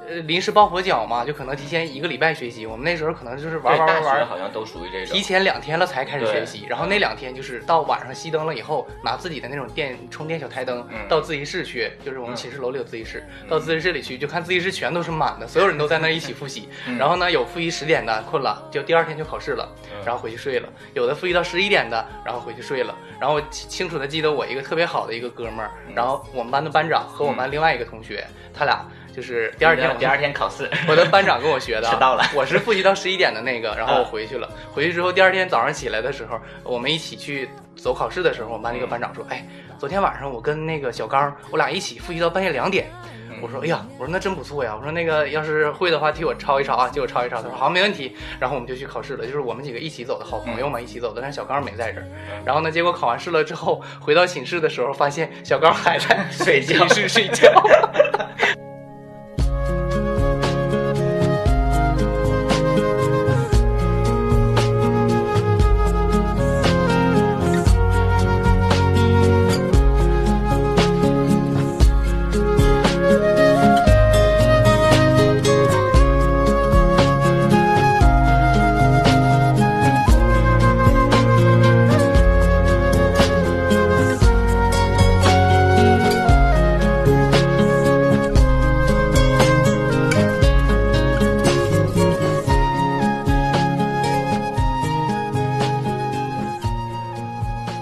Speaker 5: 呃，临时抱佛脚嘛，就可能提前一个礼拜学习。我们那时候可能就是玩
Speaker 2: 对，
Speaker 5: 玩
Speaker 2: 大
Speaker 5: 玩
Speaker 2: 学
Speaker 5: 玩，
Speaker 2: 好像都属于这种
Speaker 5: 提。前两天了才开始学习
Speaker 2: 对，
Speaker 5: 然后那两天就是到晚上熄灯了以后，拿自己的那种电充电小台灯
Speaker 2: 嗯
Speaker 5: 到自习室去，就是我们寝室楼里有自习室，
Speaker 2: 嗯
Speaker 5: 到自习室里去就看自习室全都是满的，所有人都在那儿一起复习。
Speaker 2: 嗯
Speaker 5: 然后呢，有复习十点的困了，就第二天就考试了，
Speaker 2: 嗯
Speaker 5: 然后回去睡了；有的复习到十一点的，然后回去睡了。然后我清清楚的记得我一个特别好的一个哥们儿，
Speaker 2: 嗯
Speaker 5: 然后我们班的班长和我们班另外一个同学，他俩就是第
Speaker 2: 第
Speaker 5: 二天我
Speaker 2: 嗯第二天考试，
Speaker 5: 我的班长跟我学的啊，
Speaker 2: 迟到了嗯
Speaker 5: 我是复习到十一点的那个，然后我回去了。回去之后，第二天早上起来的时候，我们一起去走考试的时候，我们班那个班长说：“哎，昨天晚上我跟那个小刚，我俩一起复习到半夜两点。”
Speaker 2: 嗯
Speaker 5: 我说：“哎呀，我说那真不错呀！我说那个要是会的话，替我抄一抄啊，替我抄一抄。”他说：“好，没问题。”然后我们就去考试了，就是我们几个一起走的好朋友嘛，一起走的。但是小刚没在这儿。然后呢，结果考完试了之后，回到寝室的时候，发现小刚还在
Speaker 2: 睡觉
Speaker 5: 寝室睡觉。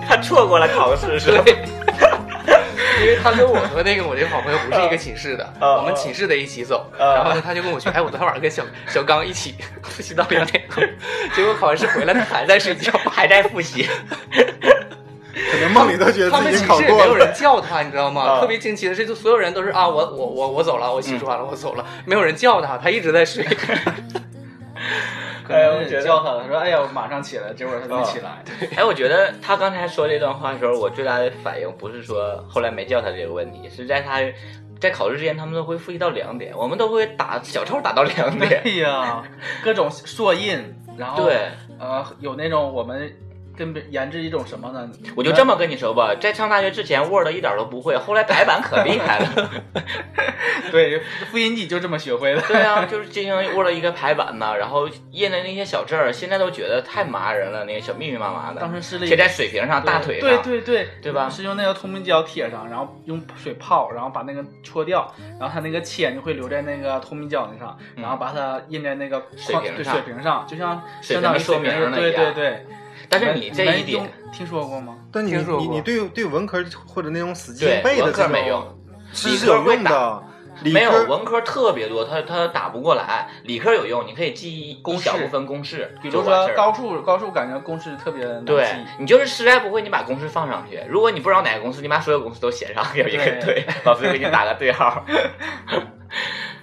Speaker 2: 他错过了考试是吧？
Speaker 5: 因为他跟我和那个我这个好朋友不是一个寝室的，
Speaker 2: 啊
Speaker 5: 我们寝室的一起走。
Speaker 2: 啊
Speaker 5: 然后呢，他就跟我说：“ 哎，我昨天晚上跟小小刚一起 复习到两点钟，结果考完试回来他还在睡觉。
Speaker 2: 还在复习，
Speaker 4: 可能梦里都觉得
Speaker 5: 他
Speaker 4: 自己已经
Speaker 5: 们寝
Speaker 4: 考
Speaker 5: 室也没
Speaker 4: 过
Speaker 5: 有
Speaker 4: 了。
Speaker 5: 人叫他，你知道吗？
Speaker 2: 啊
Speaker 5: 特别惊奇的是，就所有人都是啊，我我我我走了，我洗漱完了，我走了，没有人叫他，他一直在睡。
Speaker 3: 可能也叫他了，说哎呀，我马上起来，结果他没起来。
Speaker 2: 哎，我觉得他刚才说这段话的时候，我最大的反应不是说后来没叫他这个问题，是在他在考试之前，他们都会复习到两点，我们都会打小抄打到两点。
Speaker 3: 对呀，各种缩印，然后
Speaker 2: 对，
Speaker 3: 呃，有那种我们跟别研制一种什么呢？
Speaker 2: 我就这么跟你说吧，在上大学之前，Word 一点都不会，后来排版可厉害了。
Speaker 3: 对复印机就这么学会的。
Speaker 2: 对啊，就是进行 Word 一个排版呐，然后印的那些小字儿，现在都觉得太麻人了，那个小密密麻麻的，
Speaker 3: 当时是那
Speaker 2: 贴在水瓶上、大腿上。
Speaker 3: 对对对
Speaker 2: 对吧
Speaker 3: 是用那个透明胶贴上，然后用水泡，然后把那个搓掉，然后它那个铅就会留在那个透明胶那上，然后把它印在那个
Speaker 2: 嗯水
Speaker 3: 框
Speaker 2: 瓶
Speaker 3: 对
Speaker 2: 上
Speaker 3: 水瓶上，就像
Speaker 2: 水
Speaker 3: 相
Speaker 2: 瓶
Speaker 3: 当于
Speaker 2: 说
Speaker 3: 水瓶
Speaker 2: 明儿那
Speaker 3: 对
Speaker 2: 一样
Speaker 3: 对对。
Speaker 2: 但是你这一
Speaker 3: 你们
Speaker 2: 点，
Speaker 3: 听说过吗？
Speaker 4: 但你
Speaker 5: 听说
Speaker 4: 你
Speaker 5: 过
Speaker 4: 你对对文科或者那种死记硬
Speaker 2: 对
Speaker 4: 背的
Speaker 2: 文
Speaker 4: 这
Speaker 2: 科
Speaker 4: 种
Speaker 2: 没用，
Speaker 4: 知识有用的，理
Speaker 2: 没有
Speaker 4: 科
Speaker 2: 文科特别多，他他打不过来。理科有用，你可以记一
Speaker 3: 公
Speaker 2: 一
Speaker 3: 式
Speaker 2: 小部分公式，
Speaker 3: 比
Speaker 2: 就
Speaker 3: 如
Speaker 2: 完
Speaker 3: 说
Speaker 2: 事儿了
Speaker 3: 高数，高数感觉公式特别难记。
Speaker 2: 对你就是实在不会，你把公式放上去。如果你不知道哪个公式，你把所有公式都写上，有一个
Speaker 3: 对
Speaker 2: 对，老师就给你打个对 号。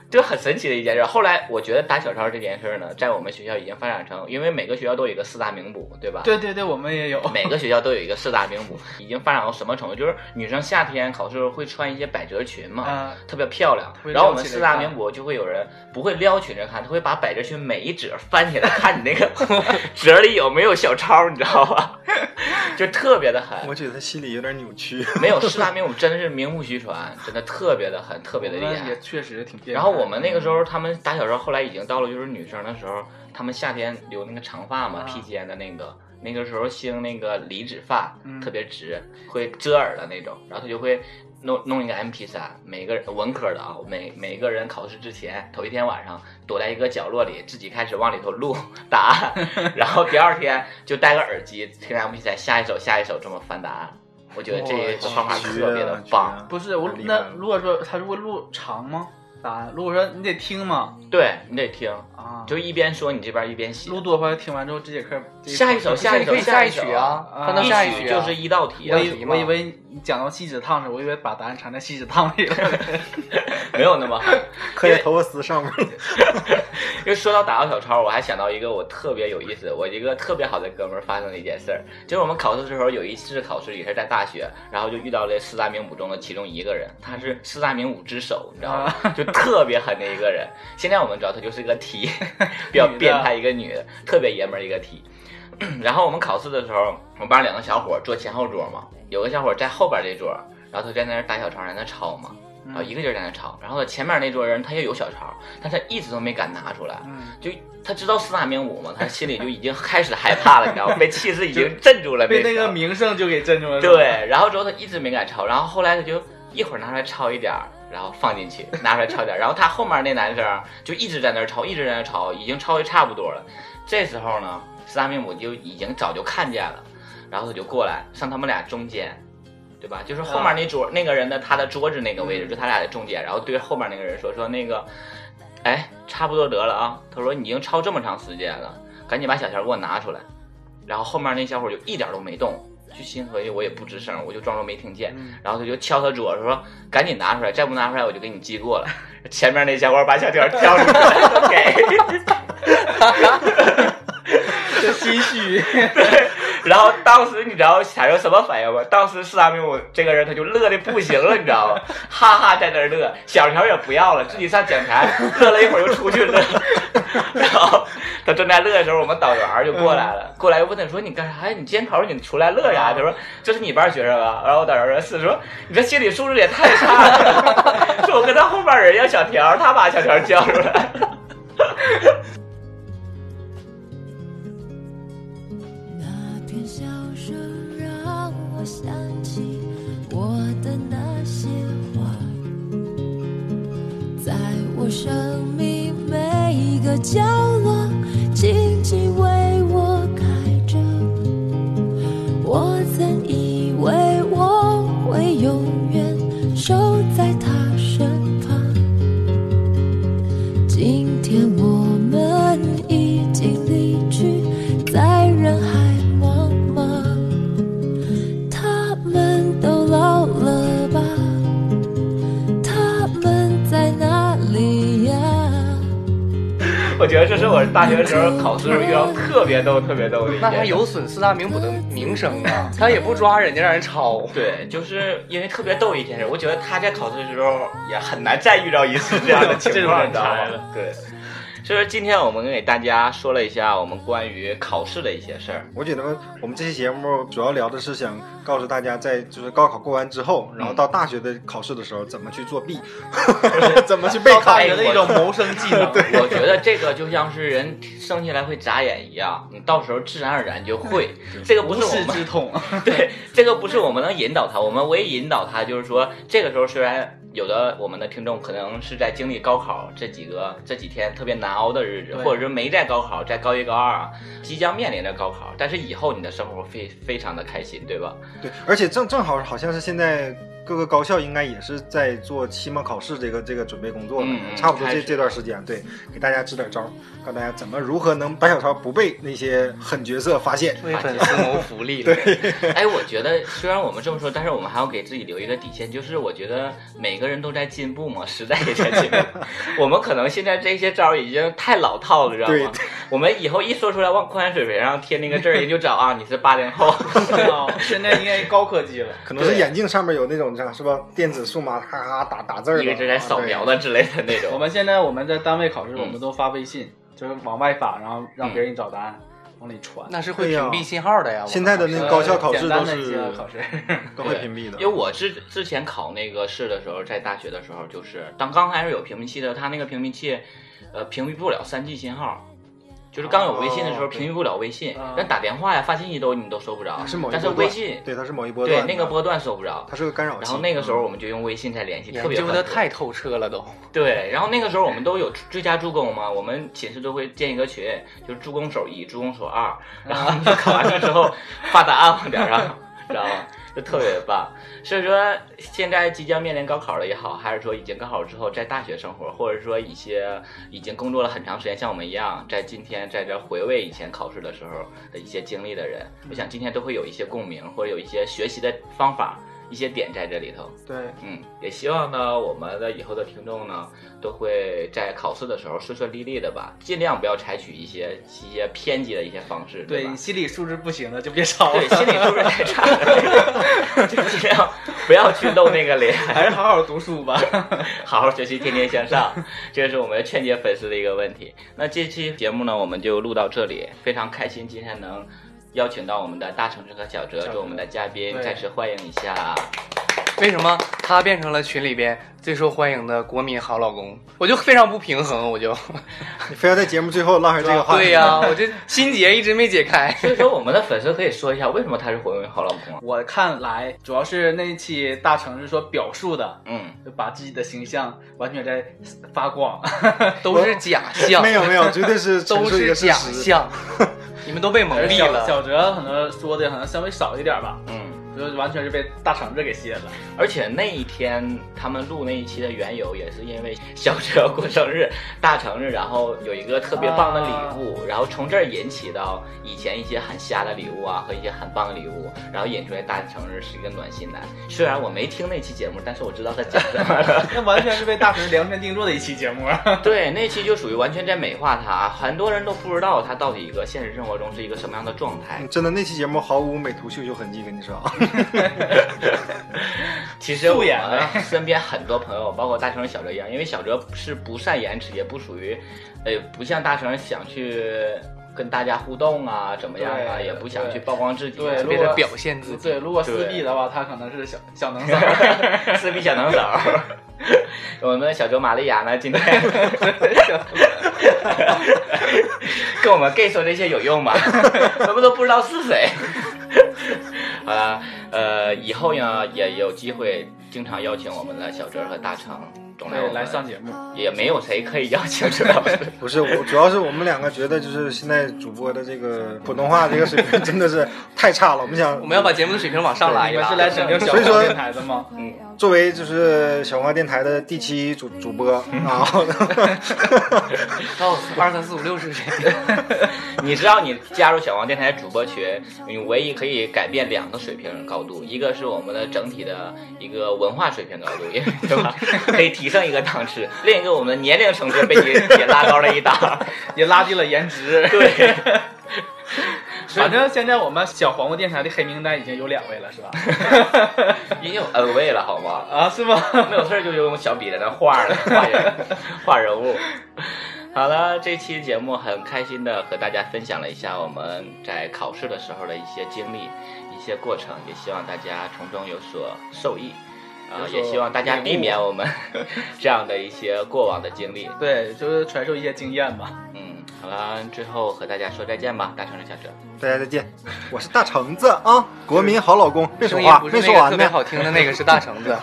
Speaker 2: 就很神奇的一件事。后来我觉得打小抄这件事儿呢，在我们学校已经发展成，因为每个学校都有一个四大名捕，对吧？
Speaker 3: 对对对，我们也有。
Speaker 2: 每个学校都有一个四大名捕，已经发展到什么程度？就是女生夏天考试会穿一些百褶裙嘛，
Speaker 3: 啊，
Speaker 2: 特别漂亮。
Speaker 3: 会
Speaker 2: 然
Speaker 3: 撩
Speaker 2: 后我们
Speaker 3: 起来
Speaker 2: 四大
Speaker 3: 看
Speaker 2: 名捕就会有人不会撩裙子看，他会把百褶裙每一褶翻起来看你那 个褶里有没有小抄，你知道吧？就特别的狠。
Speaker 4: 我觉得他心里有点扭曲。
Speaker 2: 没有四大名捕真的是名不虚传，真的特别的狠，特别的厉
Speaker 3: 我们
Speaker 2: 害
Speaker 3: 也。确实挺变态。
Speaker 2: 然后我们那个
Speaker 3: 嗯
Speaker 2: 时候，他们打小抄，后来已经到了就是女生的时候，他们夏天留那个长发嘛，
Speaker 3: 啊
Speaker 2: 披肩的那个，那个时候兴那个离子发，
Speaker 3: 嗯
Speaker 2: 特别直，会遮耳的那种，然后他就会。弄弄一个 MP 三，每个人文科的啊，每每个人考试之前头一天晚上躲在一个角落里，自己开始往里头录答 案，然后第二天就戴个耳机听 MP 三，下一首下一首这么翻答案。我觉得这
Speaker 3: 哇
Speaker 2: 个方法
Speaker 4: 绝
Speaker 2: 特别的
Speaker 4: 啊绝
Speaker 2: 棒，
Speaker 4: 啊
Speaker 3: 不是我
Speaker 4: 太厉害
Speaker 3: 那
Speaker 4: 了
Speaker 3: 如果说他如果录长吗？答案如果说你得听嘛
Speaker 2: 对你得听，
Speaker 3: 啊，
Speaker 2: 就一边说你这边一边写。
Speaker 3: 录多会儿听完之后这节课这节课
Speaker 2: 下一首， 下一
Speaker 5: 你可
Speaker 2: 首，
Speaker 5: 以下
Speaker 2: 一
Speaker 5: 一
Speaker 2: 首
Speaker 5: 曲，啊，
Speaker 3: 啊
Speaker 5: 翻到
Speaker 2: 一
Speaker 5: 下
Speaker 2: 曲
Speaker 5: 曲
Speaker 2: 就
Speaker 5: 啊
Speaker 2: 是一道题
Speaker 3: 我
Speaker 2: 啊，
Speaker 5: 也
Speaker 3: 以我以为你讲到锡纸烫时，我以为把答案藏在锡纸烫 里了。
Speaker 2: 没有那么狠。
Speaker 4: 磕在头发丝上面，
Speaker 2: 因为说到打到小抄，我还想到一个我特别有意思，我一个特别好的哥们儿发生的一件事儿，就是我们考试的时候有一次考试也是在大学，然后就遇到了四大名捕中的其中一个人，他是四大名捕之首，你知道吗？
Speaker 3: 啊
Speaker 2: 就特别狠的一个人。现在我们知道他就是个 T，比 较
Speaker 3: 女的
Speaker 2: 变态一个女的，特别爷们儿一个 T。然 后我们考试的时候，我们班两个小伙儿坐前后桌嘛，有个小伙儿在后边这桌，然后他在那儿打小抄，在那儿抄嘛，然
Speaker 3: 嗯
Speaker 2: 后一个劲儿在那儿抄。然后前面那桌人他也有小抄，但他一直都没敢拿出来，
Speaker 3: 嗯，
Speaker 2: 就他知道四大名捕嘛，他心里就已经开始害怕了，你知道吗？被气势已经镇住了，
Speaker 3: 被那
Speaker 2: 时
Speaker 3: 个
Speaker 2: 候
Speaker 3: 名声就给震住了。是吧，
Speaker 2: 对，然后之后他一直没敢抄，然后后来他就一会儿拿出来抄一点儿，然后放进去，拿出来抄点儿，然后他后面那男生就一直在那儿抄，一直在那儿抄，已经抄的差不多了。这时候呢，斯大命姆就已经早就看见了，然后他就过来上他们俩中间。对吧？就是后面那桌、那个人的他的桌子那个位置，就他俩的中间，然后对后面那个人说说那个，哎，差不多得了啊。他说你已经抄这么长时间了，赶紧把小条给我拿出来。然后后面那小伙就一点都没动，就心合计我也不吱声，我就装作没听见。然后他就敲他桌子说：“赶紧拿出来，再不拿出来我就给你记过了。”前面那小伙把小条挑出来给，
Speaker 3: 这心虚。
Speaker 2: 然后当时你知道产生什么反应吗？当时四大名捕这个人他就乐的不行了，你知道吗？哈哈在那儿乐，小条也不要了，自己上讲台乐了一会儿又出去乐。 然后他正在乐的时候，我们导员儿就过来了，过来问他说：“你干啥呀？你监考你出来乐啥呀？”他说：“这是你班学生啊。”然后我导员说：“是。”说：“你这心理素质也太差了。”说：“我跟他后边人要小条，他把小条叫出来。”
Speaker 6: 那片笑声让我想起我的那些花，在我生命每一个角落，静静为我开着。我曾以为我会永远守在他身旁，今天我们已经离去，在人海茫茫。他们都老了吧？他们在哪里呀？
Speaker 2: 我觉得这是我大学的时候考试的时候遇到特别逗、特别逗的一件事。
Speaker 5: 那还有损四大名捕的名声啊！
Speaker 2: 嗯
Speaker 5: 他也不抓人家让人抄，
Speaker 2: 对，就是因为特别逗一件事，我觉得他在考试的时候也很难再遇到一次这样的情
Speaker 3: 这种
Speaker 2: 况，
Speaker 3: 人
Speaker 2: 你知道吗
Speaker 3: 才了？
Speaker 2: 对。所以说今天我们给大家说了一下我们关于考试的一些事 儿，
Speaker 4: 我觉得我们这期节目主要聊的是想告诉大家，在就是高考过完之后，然后到大学的考试的时候，怎么去作弊， 怎么去备考
Speaker 3: 大。学的一种谋生技 能。
Speaker 2: 我觉得这个就像是人生下来会眨眼一样，你到时候自然而然就会。这个不
Speaker 3: 无
Speaker 2: 是我
Speaker 3: 师
Speaker 2: 们
Speaker 3: 之通，
Speaker 2: 对，这个不是我们能引导他，我们唯一引导他就是说，这个时候虽然有的我们的听众可能是在经历高考这几个这几天特别难熬的日子，
Speaker 3: 对
Speaker 2: 或者是没在高考，在高一高二啊，即将面临着高考，但是以后你的生活非非常的开心，对吧？
Speaker 4: 对，而且正正好好像是现在各个高校应该也是在做期末考试这个这个准备工作了，
Speaker 2: 嗯嗯
Speaker 4: 差不多
Speaker 2: 开
Speaker 4: 这
Speaker 2: 始
Speaker 4: 这段时间，对，给大家支点招儿，告诉大家怎么如何能白小超不被那些狠角色发现。
Speaker 5: 为粉丝谋福利 了。
Speaker 2: 哎，我觉得虽然我们这么说，但是我们还要给自己留一个底线，就是我觉得每个人都在进步嘛，时代也在进步。我们可能现在这些招儿已经太老套了，知道
Speaker 4: 对
Speaker 2: 吗？我们以后一说出来，往矿泉水瓶上贴那个字儿，人就找啊，你是八零后。
Speaker 3: 哦现在应该高科技了。
Speaker 4: 可能是
Speaker 2: 对
Speaker 4: 眼镜上面有那种，你知道是吧？电子数码咔咔打打字儿的，
Speaker 2: 一个是在扫描的之类的那
Speaker 3: 我
Speaker 2: 种。
Speaker 3: 们现在我们在单位考试，我们都发微信，就是往外发，然后让别人给你找答案，往里传。呃
Speaker 5: 那是会屏蔽信号的呀。我
Speaker 4: 现在的那个高校考试
Speaker 3: 简
Speaker 4: 都
Speaker 3: 单的
Speaker 4: 是
Speaker 3: 一些考 试，
Speaker 4: 都会屏蔽的
Speaker 2: 因为。我之之前考那个试的时候，在大学的时候，就是当刚开始有屏蔽器的，它那个屏蔽器，呃，屏蔽不了三 G 信号，就是刚有微信的时候
Speaker 4: 哦
Speaker 2: 屏蔽不了微信
Speaker 3: 啊，
Speaker 2: 但打电话呀、发信息都你都收不着
Speaker 4: 它是某。一
Speaker 2: 但
Speaker 4: 波
Speaker 2: 是
Speaker 4: 段
Speaker 2: 微信，
Speaker 4: 对，它是某一波
Speaker 2: 对
Speaker 4: 段的嗯
Speaker 2: 那个波段收不着。
Speaker 4: 它是个干扰器。
Speaker 2: 然后那个时候我们就用微信在联系，特
Speaker 5: 研
Speaker 2: 别
Speaker 5: 究的
Speaker 2: 方便
Speaker 5: 太透彻了都。
Speaker 2: 对，然后那个时候我们都有追加助攻嘛，我们寝室都会建一个群，就是助攻手一、助攻手二，然后就考完了之后发答案往点上， 知道吗？就特别棒。所以说，现在即将面临高考了也好，还是说已经高考之后在大学生活，或者说一些已经工作了很长时间，像我们一样，在今天在这回味以前考试的时候的一些经历的人，我想今天都会有一些共鸣，或者有一些学习的方法、一些点在这里头。
Speaker 3: 对，
Speaker 2: 嗯，也希望呢，我们的以后的听众呢，都会在考试的时候顺顺利利的吧，尽量不要采取一些一些偏激的一些方式，对
Speaker 3: 对
Speaker 2: 吧
Speaker 3: 你？心理素质不行了就别抄
Speaker 2: 对，
Speaker 3: 了，
Speaker 2: 心理素质太差 了，就尽量不要去露那个脸，
Speaker 3: 还是好好读书吧。
Speaker 2: 好好学习，天天向上，这是我们劝诫粉丝的一个问题。那这期节目呢，我们就录到这里，非常开心今天能邀请到我们的大橙子和小哲做我们的嘉宾，
Speaker 3: 对
Speaker 2: 再次欢迎一下。
Speaker 5: 为什么他变成了群里边最受欢迎的国民好老公？我就非常不平衡，我就
Speaker 4: 你非要在节目最后落下这个话题，
Speaker 5: 对呀、我这心结一直没解开。
Speaker 2: 所以说，我们的粉丝可以说一下，为什么他是活跃好老公啊？
Speaker 3: 我看来主要是那一期大城市所表述的，
Speaker 2: 嗯。
Speaker 3: 就把自己的形象完全在发 光。
Speaker 5: 都是假象，
Speaker 4: 没有没有，绝对是陈
Speaker 5: 都
Speaker 4: 述一个
Speaker 5: 是
Speaker 4: 事
Speaker 5: 假
Speaker 4: 实。
Speaker 5: 象，你们都被蒙
Speaker 3: 而
Speaker 5: 蔽
Speaker 3: 小
Speaker 5: 了。
Speaker 3: 小哲可能说的可能稍微少一点吧，
Speaker 2: 嗯
Speaker 3: 就完全是被大橙子给歇了。
Speaker 2: 而且那一天他们录那一期的缘由，也是因为小哲过生日、大成日，然后有一个特别棒的礼物，然后从这儿引起到以前一些很瞎的礼物啊和一些很棒的礼物，然后引出来大成日是一个暖心男。虽然我没听那期节目，但是我知道他讲什么 了。
Speaker 3: 那完全是被大神量身定做的一期节 目。
Speaker 2: 对，那期就属于完全在美化他，很多人都不知道他到底一个现实生活中是一个什么样的状态。
Speaker 4: 嗯真的，那期节目毫无美图秀秀痕迹，跟你说啊，
Speaker 2: 其实我
Speaker 3: 素颜
Speaker 2: 们身边很多朋友，包括大成人小哲一样，因为小哲是不善言辞，也不属于，呃，不像大成人想去跟大家互动啊，怎么样啊，
Speaker 3: 对
Speaker 2: 也不想
Speaker 3: 对
Speaker 2: 去曝光自己，
Speaker 3: 对
Speaker 2: 特别
Speaker 5: 别
Speaker 3: 如
Speaker 5: 的
Speaker 3: 果
Speaker 2: 是
Speaker 5: 表现自己，
Speaker 3: 对，如果撕逼的话，他可能是小小能手。
Speaker 2: 撕逼小能手。 我们小哲玛利亚呢，今 天跟我们 gay 说这些有 用吗？我们都不知道是谁。 好了，呃，以后呢也有机会经常邀请我们的小哲和大成总来我
Speaker 3: 对，
Speaker 2: 们
Speaker 3: 来上节目。
Speaker 2: 也没有谁可以邀请知道吗？
Speaker 4: 不是我，主要是我们两个觉得就是现在主播的这个普通话这个水平真的是太差了，我们想
Speaker 5: 我们要把节目的水平往上
Speaker 4: 哎
Speaker 5: 拉一
Speaker 3: 你们
Speaker 5: 拉。
Speaker 3: 是来拯救小
Speaker 4: 所以
Speaker 3: 黄
Speaker 4: 说
Speaker 3: 电台的吗？
Speaker 4: 作为就是小黄电台的第七主主 播啊，
Speaker 5: 告诉我二三四五六是谁？
Speaker 2: 你知道你加入小王电台主播群，你唯一可以改变两个水平高度，一个是我们的整体的一个文化水平高度，因为对吧？可以提升一个档次；另一个我们的年龄层次被你 也拉高了一档。
Speaker 3: 也拉低了颜值。
Speaker 2: 对，
Speaker 3: 反正现在我们小黄瓜电台的黑名单已经有两位了， 是吧？
Speaker 2: 已经有 N 位呃了，好吗？
Speaker 3: 啊，是吗？
Speaker 2: 没有事儿就用小笔在那画 了，画人，画人物。好了，这期节目很开心的和大家分享了一下我们在考试的时候的一些经历、一些过程，也希望大家从中有所受益。啊、
Speaker 3: 有所
Speaker 2: 也希望大家避免 我们这样的一些过往的经历。
Speaker 3: 对，就是传授一些经验吧。
Speaker 2: 嗯，好了，最后和大家说再见吧，大成人 小哲。
Speaker 4: 大家再见，我是大橙子啊，国民好老公，别说
Speaker 5: 声音
Speaker 4: 话，
Speaker 5: 不
Speaker 4: 没
Speaker 5: 是
Speaker 4: 说
Speaker 5: 那个
Speaker 4: 完
Speaker 5: 特别
Speaker 4: 呢。
Speaker 5: 好听的那个是大橙 子，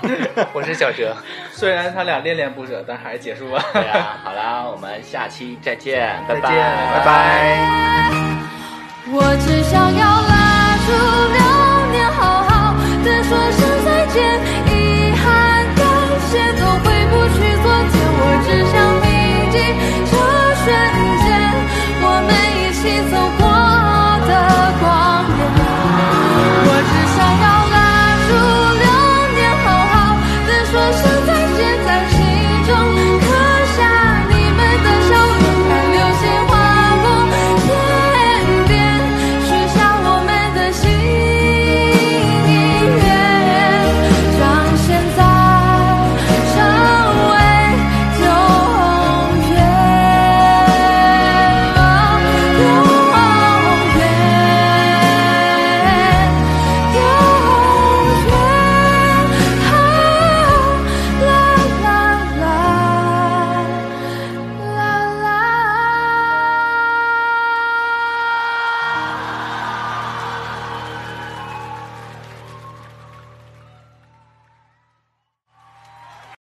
Speaker 5: 我是小哲，
Speaker 3: 虽然他俩恋恋不舍，但还是结束吧。
Speaker 2: 对呀，好啦，我们下期再见，拜
Speaker 3: 再见
Speaker 2: 拜
Speaker 4: 拜拜。
Speaker 6: 我只想要拉住